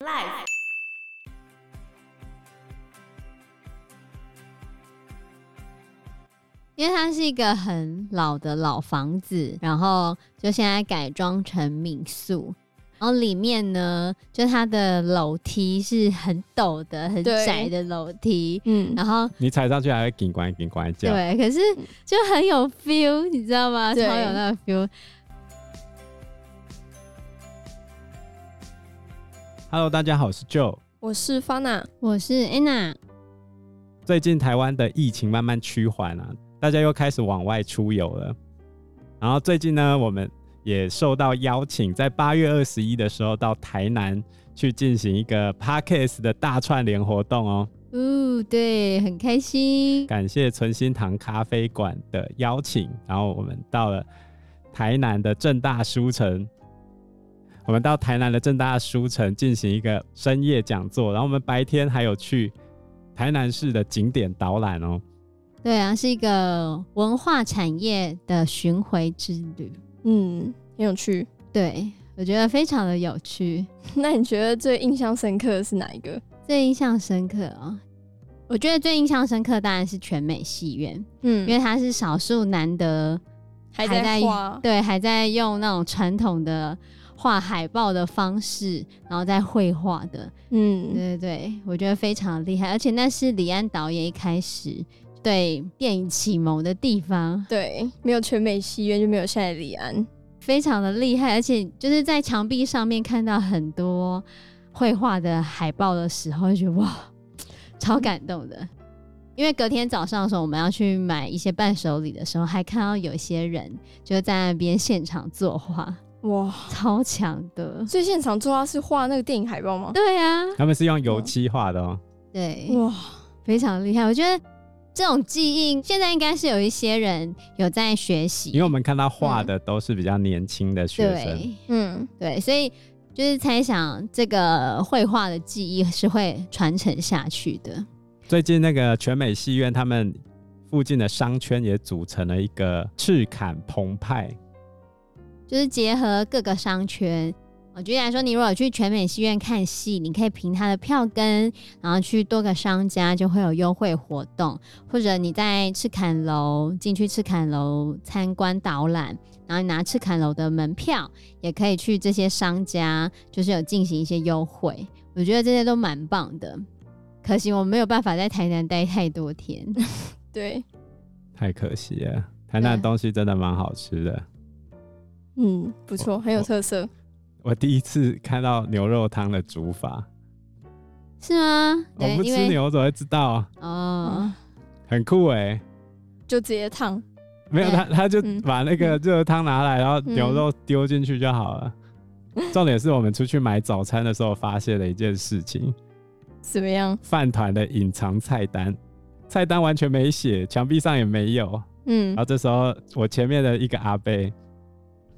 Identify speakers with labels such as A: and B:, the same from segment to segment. A: Life。
B: 因为它是一个很老的老房子，然后就现在改装成民宿。然后里面呢，就它的楼梯是很陡的、很
A: 对
B: 窄的楼梯，
A: 嗯，
B: 然后
C: 你踩上去还会警官警官叫。
B: 对，可是就很有 feel，你知道吗？超
A: 对
B: 有那个 feel。
C: Hello，大家好，我是 Joe。
A: 我是 Fana，
B: 我是 Anna，
C: 最近台湾的疫情慢慢趋缓啊，大家又开始往外出游了。然后最近呢，我们也受到邀请，在八月二十一的时候到台南去进行一个 Parkes 的大串联活动哦。
B: 哦，对，很开心。
C: 感谢存心堂咖啡馆的邀请，然后我们到了台南的正大书城。我们到台南的正大书城进行一个深夜讲座，然后我们白天还有去台南市的景点导览哦。
B: 对啊，是一个文化产业的巡回之旅。
A: 嗯，很有趣。
B: 对，我觉得非常的有趣，
A: 那你觉得最印象深刻的是哪一个？
B: 最印象深刻哦。我觉得最印象深刻当然是全美戏院，
A: 嗯
B: 因为它是少数难得
A: 还
B: 还
A: 在
B: 在
A: 画，
B: 对，还在用那种传统的画海报的方式，然后再绘画的，
A: 嗯，
B: 对对对，我觉得非常厉害，而且那是李安导演一开始对电影启蒙的地方，
A: 对，没有全美戏院就没有现在的李安，
B: 非常的厉害，而且就是在墙壁上面看到很多绘画的海报的时候，就觉得哇，超感动的。因为隔天早上的时候，我们要去买一些伴手礼的时候，还看到有一些人就在那边现场作画，
A: 哇！
B: 超强的。
A: 所以现场做他是画那个电影海报吗？
B: 对啊，
C: 他们是用油漆画的哦。
B: 对，
A: 哇，
B: 非常厉害。我觉得这种记忆，现在应该是有一些人有在学习，
C: 因为我们看到画的都是比较年轻的学生，
B: 对
A: 嗯，
B: 对，所以就是猜想这个绘画的技艺是会传承下去的。
C: 最近那个全美戏院他们附近的商圈也组成了一个赤坎澎湃，
B: 就是结合各个商圈。我举例来说，你如果去全美戏院看戏，你可以凭它的票根，然后去多个商家就会有优惠活动，或者你在赤坎楼进去赤坎楼参观导览，然后你拿赤坎楼的门票，也可以去这些商家，就是有进行一些优惠。我觉得这些都蛮棒的，可惜我没有办法在台南待太多天。
A: 对，
C: 太可惜了。台南的东西真的蛮好吃的。
A: 嗯，不错，很有特色。
C: 我第一次看到牛肉汤的煮法，
B: 是吗？
C: 我
B: 对，
C: 哦不
B: 因
C: 吃
B: 为
C: 牛我怎么会知道？
A: 嗯
B: 哦，
C: 很酷哎、
A: 就直接烫，
C: 没有
B: 对
C: 他，他就
A: 嗯
C: 把那个热汤拿来，然后
A: 嗯
C: 牛肉丢进去就好了。重点是我们出去买早餐的时候发现了一件事情：
A: 怎么样？
C: 饭团的隐藏菜单，菜单完全没写，墙壁上也没有。
A: 嗯
C: 然后这时候我前面的一个阿伯，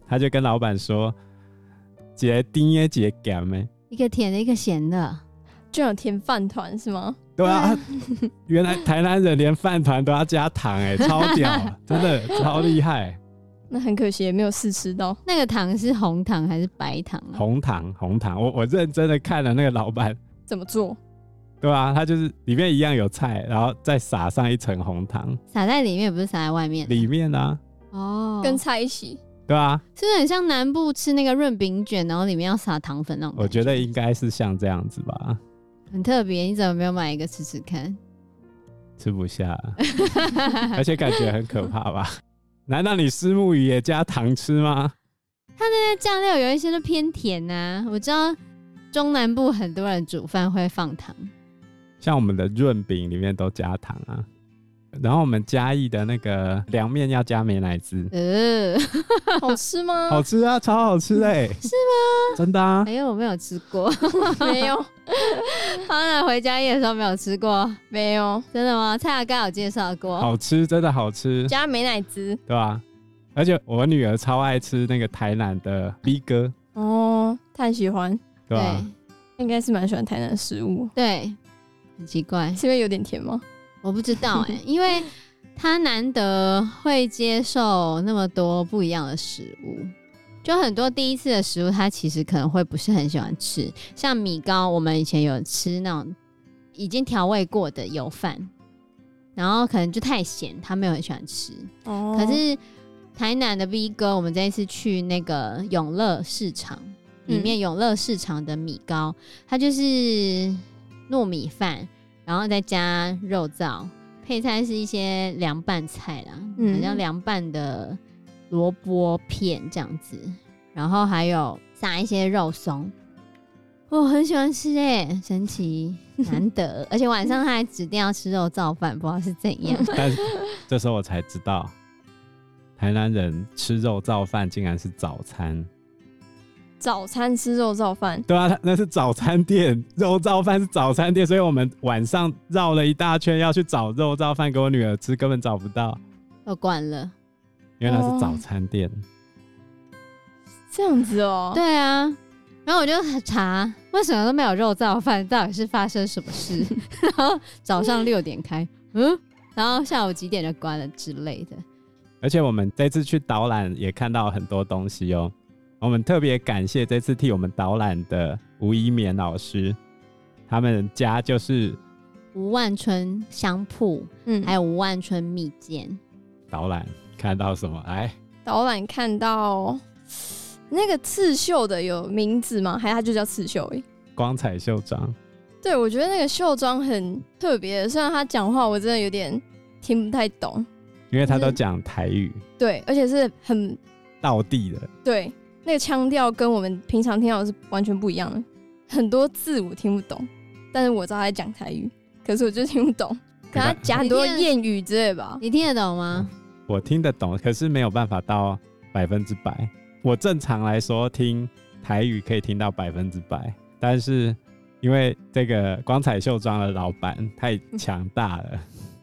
C: 他就跟老板说：“姐丁耶姐干没？”
B: 一个甜的，一个咸的。
A: 就想填饭团是吗？
C: 对啊， 原来台南人连饭团都要加糖哎、超屌，真的超厉害。
A: 那很可惜，也没有试吃到。
B: 那个糖是红糖还是白糖啊？
C: 红糖，红糖，我我认真的看了那个老板，
A: 怎么做？
C: 对啊？他就是里面一样有菜，然后再撒上一层红糖，
B: 撒在里面，不是撒在外面。
C: 里面啊，
B: 哦，
A: 跟菜一起，
C: 对啊，
B: 是不是很像南部吃那个润饼卷，然后里面要撒糖粉那种感？
C: 我觉得应该是像这样子吧，
B: 很特别。你怎么没有买一个吃吃看？
C: 吃不下，而且感觉很可怕吧？难道你虱目鱼也加糖吃吗？
B: 那酱料有一些都偏甜呐、我知道中南部很多人煮饭会放糖。
C: 像我们的润饼里面都加糖啊，然后我们嘉义的那个凉面要加美乃滋，
B: 呃，
A: 好吃吗？
C: 好吃啊，超好吃哎、是吗？真的啊
B: 没，有，哎我没有吃过。
A: 没有，
B: 当然回家夜的时候没有吃过，
A: 没有，
B: 真的吗？蔡阿刚有介绍过。
C: 好吃，真的好吃，
A: 加美乃滋
C: 对吧、而且我女儿超爱吃那个台南的逼哥，
A: 哦，她很喜欢，
C: 对啊吧、
A: 应该是蛮喜欢台南的食物，
B: 对，很奇怪。
A: 是因为有点甜吗？
B: 我不知道哎、因为他难得会接受那么多不一样的食物，就很多第一次的食物，他其实可能会不是很喜欢吃，像米糕，我们以前有吃那种已经调味过的油饭，然后可能就太咸，他没有很喜欢吃。
A: 哦
B: 可是台南的 V 哥，我们这一次去那个永乐市场，里面永乐市场的米糕，它就是糯米饭，然后再加肉燥，配菜是一些凉拌菜啦，
A: 嗯
B: 好像凉拌的萝卜片这样子，然后还有撒一些肉松。我哦很喜欢吃哎、神奇难 得，而且晚上他还指定要吃肉燥饭，不知道是怎 样。
C: 但是这时候我才知道，台南人吃肉燥饭竟然是早餐。
A: 早餐吃肉燥饭，
C: 对啊，它那是早餐店，肉燥饭是早餐店，所以我们晚上绕了一大圈要去找肉燥饭给我女儿吃，根本找不到，
B: 我管了，
C: 因为那是早餐店。
A: 这样子哦、
B: 对啊，然后我就查为什么都没有肉燥饭，到底是发生什么事？ 然后早上六点开，嗯，然后下午几点就关了之类的。
C: 而且我们这次去导览也看到很多东西哦。我们特别感谢这次替我们导览的吴一勉老师，他们家就是
B: 吴万春香铺，
A: 嗯，
B: 还有吴万春蜜饯，
C: 导览看到什么？哎，
A: 导览看到那个刺绣的有名字吗？还是它就叫刺绣而已？
C: 光彩袖章，
A: 对，我觉得那个绣庄很特别，虽然他讲话我真的有点听不太懂，
C: 因为他都
A: 嗯
C: 讲台语，
A: 对，而且是很
C: 道地的。
A: 对，那个腔调跟我们平常听到的是完全不一样的，很多字我听不懂，但是我知道他在讲台语，可是我就听不懂，可能他讲很多谚语之类吧。
B: 你听得懂吗？
C: 我听得懂，可是没有办法到百分之百。我正常来说听台语可以听到百分之百，但是因为这个光彩秀庄的老板太强大了，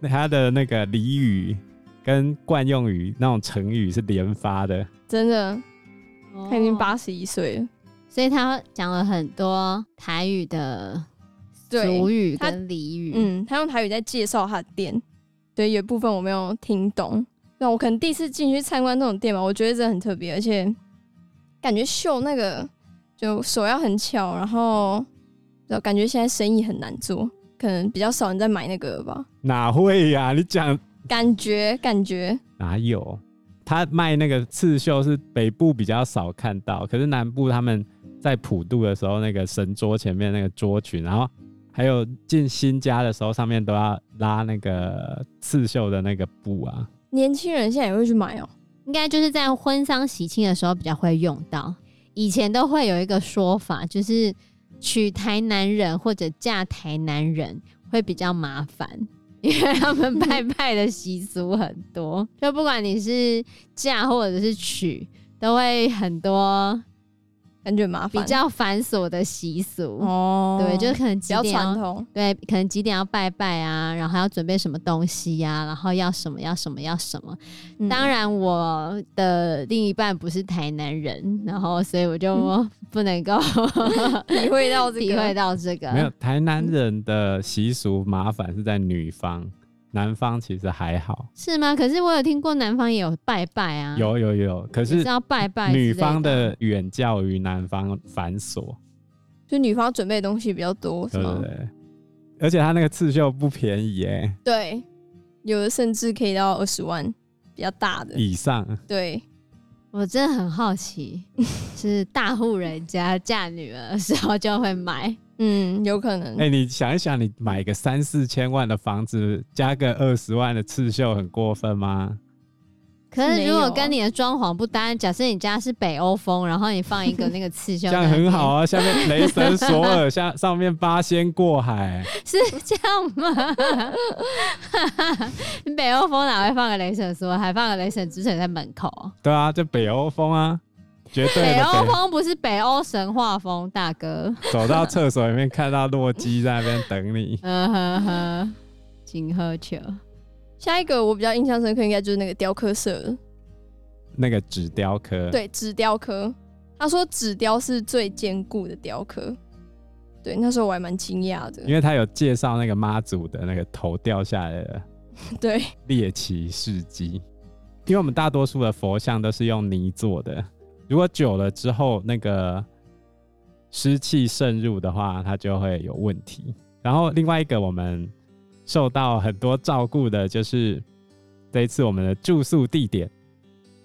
C: 那他的那个俚语跟惯用语那种成语是连发的，
A: 真的，他已经
B: 哦，
A: 八十一岁了，
B: 所以他讲了很多台语的
A: 对
B: 俗，语
A: 他
B: 跟俚语。
A: 嗯，他用台语在介绍他的店，对，有一部分我没有听懂。那我可能第一次进去参观那种店吧，我觉得真的很特别，而且感觉绣那个就手要很巧，然后然后感觉现在生意很难做，可能比较少人在买那个吧。
C: 哪会呀、你讲
A: 感觉感觉，
C: 哪有？他卖那个刺绣是北部比较少看到，可是南部他们在普渡的时候，那个神桌前面那个桌裙，然后还有进新家的时候，上面都要拉那个刺绣的那个布啊。
A: 年轻人现在也会去买哦、
B: 应该就是在婚丧喜庆的时候比较会用到。以前都会有一个说法，就是娶台南人或者嫁台南人会比较麻烦，因为他们 拜拜的习俗很多，就不管你是嫁或者是娶，都会很多
A: 感觉很麻
B: 比
A: 烦。
B: 较繁琐的习俗。
A: 哦
B: 对，就可能
A: 比
B: 几
A: 较
B: 点啊
A: 传
B: 要
A: 统。
B: 对，可能几点要拜拜啊，然后要准备什么东西呀、然后要什么要什么要什么，
A: 嗯
B: 当，然，我的另一半不是台南人，然后所以我就不能 够
A: 体会到这嗯个
B: 体会到这个。
C: 没有台南人的习俗麻烦是在女方，男方其实还好。
B: 是吗？可是我有听过南方也有拜拜啊，
C: 有有有，可
B: 也
C: 是
B: 是要拜拜之类
C: 女方的远较于男方繁琐。
A: 就女方准备的东西比较多，是
C: 对
A: 吗
C: 对？对，而且他那个刺绣不便宜耶、
A: 对，有的甚至可以到二十万，比较大的。
C: 以上。
A: 对，
B: 我真的很好 奇，是大户人家嫁女儿的时候就会买，
A: 嗯，有可能。
C: 哎、你想一想，你买个三四千万的房子，加个二十万的刺绣，很过分吗？
B: 可是
A: 没
B: 如果
A: 有啊
B: 跟你的装潢不搭，假设你家是北欧风，然后你放一个那个刺绣，
C: 这样很好，啊！下面雷神索尔，下上面八仙过海，
B: 是这样 吗？北欧风哪会放个雷神说，还放个雷神之神在门口？
C: 对啊，这北欧风啊，绝对
B: 北
C: 的
B: 欧
C: 北。
B: 风不是北欧神话风，大哥。
C: 走到厕所里面看到洛基在那边等你，
B: 嗯呵呵，请喝酒。
A: 下一个我比较印象深刻，应该就是那个雕刻社了。
C: 那个纸雕刻，，
A: 对，纸雕刻。他说纸雕是最坚固的雕刻。对，那时候我还蛮惊讶的。
C: 因为他有介绍那个妈祖的那个头掉下来的
A: 对，
C: 猎奇事迹，因为我们大多数的佛像都是用泥做的，如果久了之后那个湿气渗入的话，它就会有问题。然后另外一个我们受到很多照顾的，就是这一次我们的住宿地点，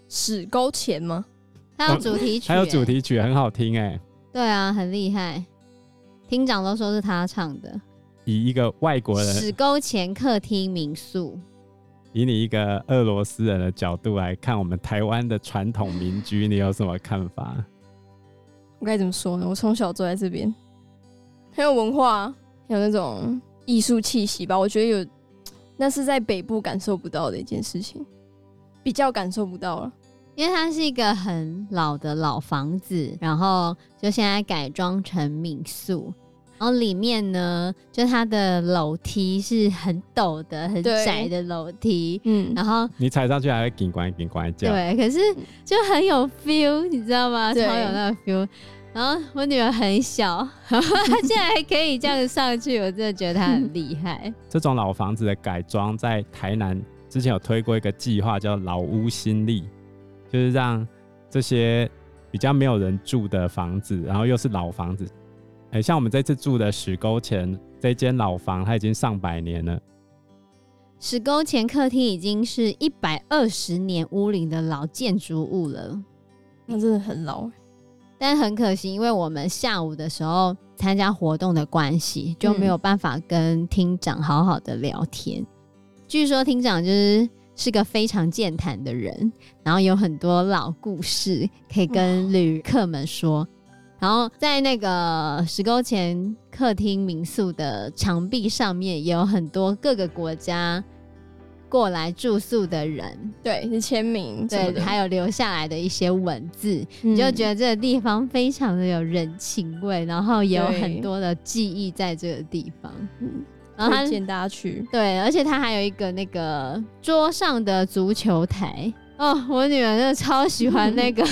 A: 史沟前吗？
B: 它有主题曲、
C: 还有主，题曲很好听哎、
B: 对啊，很厉害。厅长都说是他唱的，
C: 以一个外国
B: 《
C: 人，
B: 史沟前客厅民宿
C: 以你一个俄罗斯人的角度来看我们台湾的传统民居，你有什么看法？
A: 我该怎么说呢？我从小坐在这边，很有文化啊，很有那种艺术气息吧。我觉得有，那是在北部感受不到的一件事情，比较感受不到了。》，
B: 因为它是一个很老的老房子，然后就现在改装成民宿。然后里面呢，就它的楼梯是很陡的、很
A: 对
B: 窄的楼梯，
A: 嗯，
B: 然后
C: 你踩上去还会警官警官叫，
B: 对，可是就很有 feel，你知道吗？超
A: 对
B: 有那个 feel。然后我女儿很小，她竟然还可以这样子上去，我真的觉得她很厉害。
C: 这种老房子的改装，在台南之前有推过一个计划，叫“老屋新力”，就是让这些比较没有人住的房子，然后又是老房子，哎，像我们这次住的石沟前这间老房，它已经上百年了，
B: 石沟前客厅已经是一百二十年屋龄的老建筑物了，
A: 那真的很老欸、
B: 但很可惜，因为我们下午的时候参加活动的关系，就
A: 嗯
B: 没有办法跟厅长好好的聊天。据说厅长就是是个非常健谈的人，然后有很多老故事可以跟旅客们说。然后在那个石沟前客厅民宿的墙壁上面，也有很多各个国家过来住宿的人，
A: 对，是签名什么
B: 对，
A: 的，嗯
B: 还有留下来的一些文字。
A: 你
B: 你就觉得这个地方非常的有人情味，然后也有很多的记忆在这个地方。然后它
A: 嗯推荐大家去。
B: 对，而且它还有一个那个桌上的足球台哦，我女儿就超喜欢那 个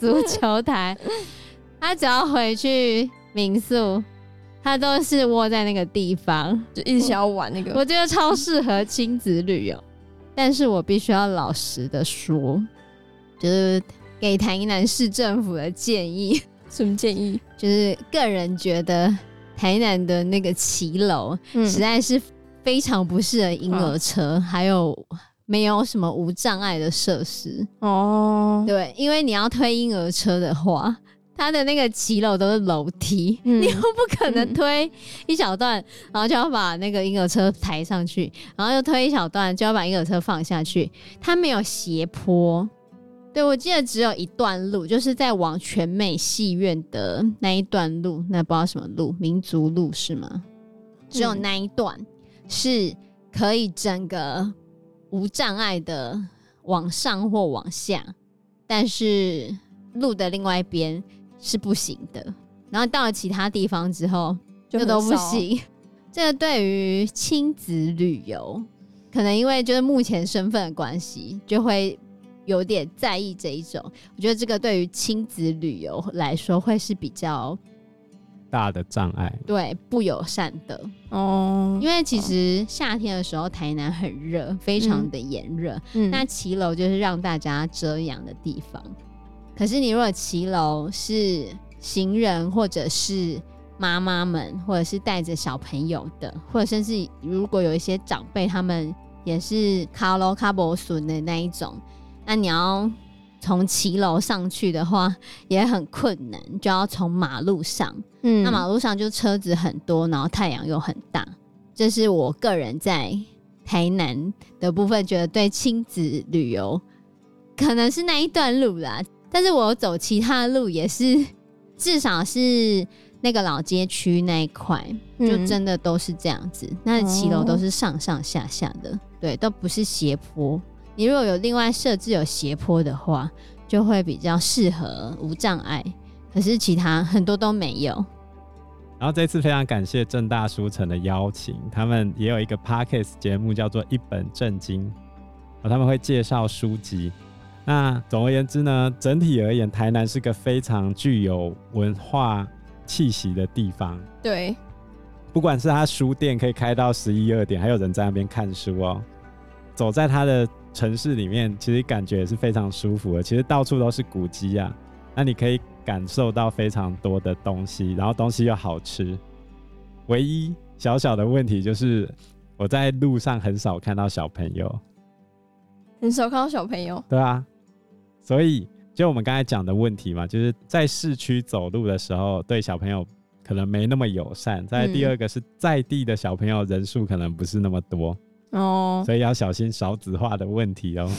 B: 足球台，她只要回去民宿，她都是窝在那个地方。
A: 就一直想要玩那个，
B: 我觉得超适合亲子旅游。但是我必须要老实的说，就是给台南市政府的建议，
A: 什么建议？
B: 就是个人觉得台南的那个骑楼
A: 嗯
B: 实在是非常不适合婴儿车，还有没有什么无障碍的设施。
A: 哦，
B: 对，因为你要推婴儿车的话，它的那个骑楼都是楼梯，
A: 嗯
B: 你又不可能
A: 嗯
B: 推一小段，然后就要把那个婴儿车抬上去，然后又推一小段，就要把婴儿车放下去。它没有斜坡，对我记得只有一段路，就是在往全美戏院的那一段路，那不知道什么路，民族路是吗？只有那一段是可以整个无障碍的往上或往下，但是路的另外一边是不行的。然后到了其他地方之后，这
A: 很
B: 都不
A: 少。
B: 行。 这个对于亲子旅游，可能因为就是目前身份的关系，就会有点在意这一种。我觉得这个对于亲子旅游来说，会是比较
C: 大的障碍。
B: 对不友善的。
A: 哦，
B: 因为其实夏天的时候，台南很热，非常的炎热。
A: 嗯
B: 那骑楼就是让大家遮阳的地方。可是你如果骑楼是行人或者是妈妈们，或者是带着小朋友的，或者甚至如果有一些长辈他们也是卡楼卡博损的那一种，那你要从骑楼上去的话也很困难，就要从马路上。
A: 嗯
B: 那马路上就车子很多，然后太阳又很大，这是我个人在台南的部分觉得对亲子旅游可能是那一段路啦，但是我有走其他的路也是，至少是那个老街区那一块，
A: 嗯
B: 就真的都是这样子。那骑楼都是上上下下的，对，都不是斜坡。你如果有另外设置有斜坡的话，就会比较适合无障碍。可是其他很多都没有，
C: 然后这次非常感谢正大书城的邀请，他们也有一个 podcast 节目叫做《一本正经》，啊，他们会介绍书籍。那总而言之呢，整体而言，台南是个非常具有文化气息的地方。
A: 嗯对，
C: 不管是他书店可以开到十一二点，还有人在那边看书哦。走在他的城市里面，其实感觉也是非常舒服的。其实到处都是古迹啊，那你可以感受到非常多的东西，然后东西又好吃。唯一小小的问题就是，我在路上很少看到小朋友，
A: 很少看到小朋友。
C: 对啊，所以就我们刚才讲的问题嘛，就是在市区走路的时候，对小朋友可能没那么友善。再来第
A: 嗯
C: 二个是在地的小朋友人数可能不是那么多，
B: 嗯
A: 哦，
C: 所以要小心少子化的问题哦。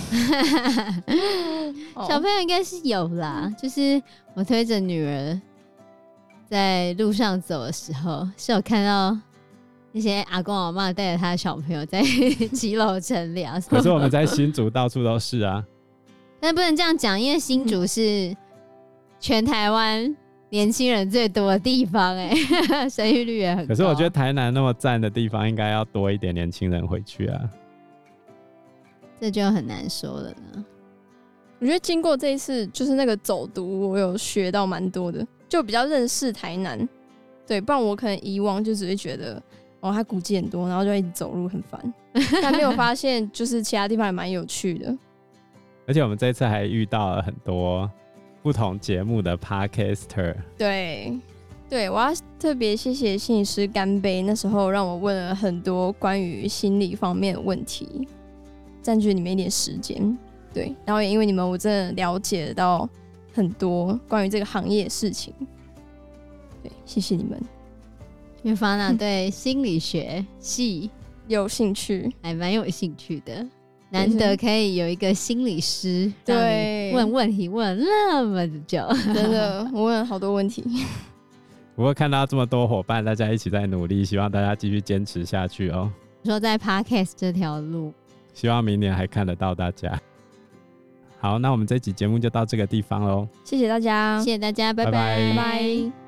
B: 小朋友应该是有啦，就是我推着女儿在路上走的时候，是有看到那些阿公阿妈带着他的小朋友在 骑楼乘凉。
C: 可是我们在新竹到处都是啊，
B: 但不能这样讲，因为新竹是全台湾年轻人最多的地方、哎， 生育率也很高。
C: 可是我觉得台南那么赞的地方，应该要多一点年轻人回去啊。
B: 这就很难说了呢。
A: 我觉得经过这一次，就是那个走读，我有学到蛮多的，就比较认识台南。对，不然我可能以往就只会觉得，哦，它古迹很多，然后就一直走路很烦，但没有发现就是其他地方也蛮有趣的。
C: 而且我们这次还遇到了很多不同节目的 podcaster，
A: 对，对我要特别谢谢心理师干杯，那时候让我问了很多关于心理方面的问题，占据你们一点时间。对，然后也因为你们，我真的了解到很多关于这个行业的事情。对，谢谢你们，
B: 因为方娜对心理学系
A: 有兴趣
B: 还蛮有兴趣的，难得可以有一个心理师，让
A: 对
B: 你问问题问了那么久，
A: 真的，我问了好多问题。
C: 不过看到这么多伙伴，大家一起在努力，希望大家继续坚持下去哦。
B: 说在 podcast 这条路，
C: 希望明年还看得到大家。好，那我们这期节目就到这个地方喽。
A: 谢谢大家，
B: 谢谢大家，拜
C: 拜拜
A: 拜拜